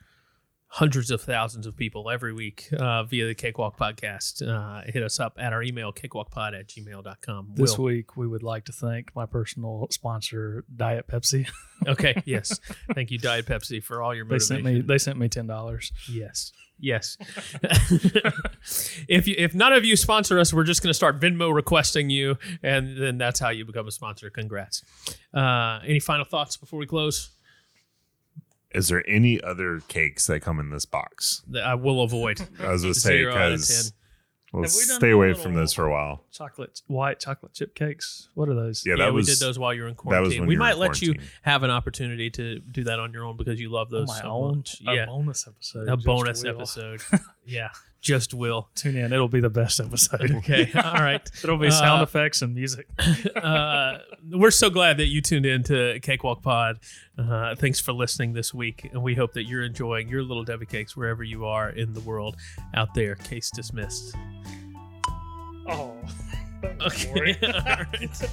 Speaker 2: hundreds of thousands of people every week uh, via the Cakewalk podcast. Uh, hit us up at our email, cakewalkpod at gmail.com.
Speaker 4: This week, we would like to thank my personal sponsor, Diet Pepsi.
Speaker 2: Okay, yes. Thank you, Diet Pepsi, for all your
Speaker 4: They
Speaker 2: motivation.
Speaker 4: sent me. They sent me ten dollars.
Speaker 2: Yes. Yes. if you, if none of you sponsor us, we're just going to start Venmo requesting you, and then that's how you become a sponsor. Congrats. Uh, any final thoughts before we close?
Speaker 1: is there any other cakes that come in this box?
Speaker 2: That I will avoid.
Speaker 1: I was gonna say
Speaker 2: Zero out of
Speaker 1: because
Speaker 2: 10.
Speaker 1: let's
Speaker 4: Have we done
Speaker 1: stay
Speaker 4: the
Speaker 1: away
Speaker 4: little-
Speaker 1: from those for a while.
Speaker 4: Chocolate, white chocolate chip cakes. What are those?
Speaker 1: Yeah,
Speaker 2: yeah,
Speaker 1: that
Speaker 2: we
Speaker 1: was
Speaker 2: did those while you were in
Speaker 1: was
Speaker 2: quarantine.
Speaker 1: when
Speaker 2: We
Speaker 1: you were
Speaker 2: might
Speaker 1: in
Speaker 2: let you
Speaker 1: quarantine.
Speaker 2: have an opportunity to do that on your own because you love
Speaker 4: Oh,
Speaker 2: those
Speaker 4: my
Speaker 2: so
Speaker 4: own.
Speaker 2: much.
Speaker 4: A
Speaker 2: Yeah,
Speaker 4: bonus episode.
Speaker 2: a
Speaker 4: just
Speaker 2: bonus
Speaker 4: will.
Speaker 2: episode. yeah, just will.
Speaker 4: Tune in. It'll be the best episode.
Speaker 2: Okay, all right.
Speaker 4: It'll be sound
Speaker 2: Uh,
Speaker 4: effects and music.
Speaker 2: Uh, we're so glad that you tuned in to Cakewalk Pod. Uh, thanks for listening this week, and we hope that you're enjoying your little Debbie cakes wherever you are in the world out there. Case dismissed.
Speaker 4: Oh.
Speaker 2: Okay, all right.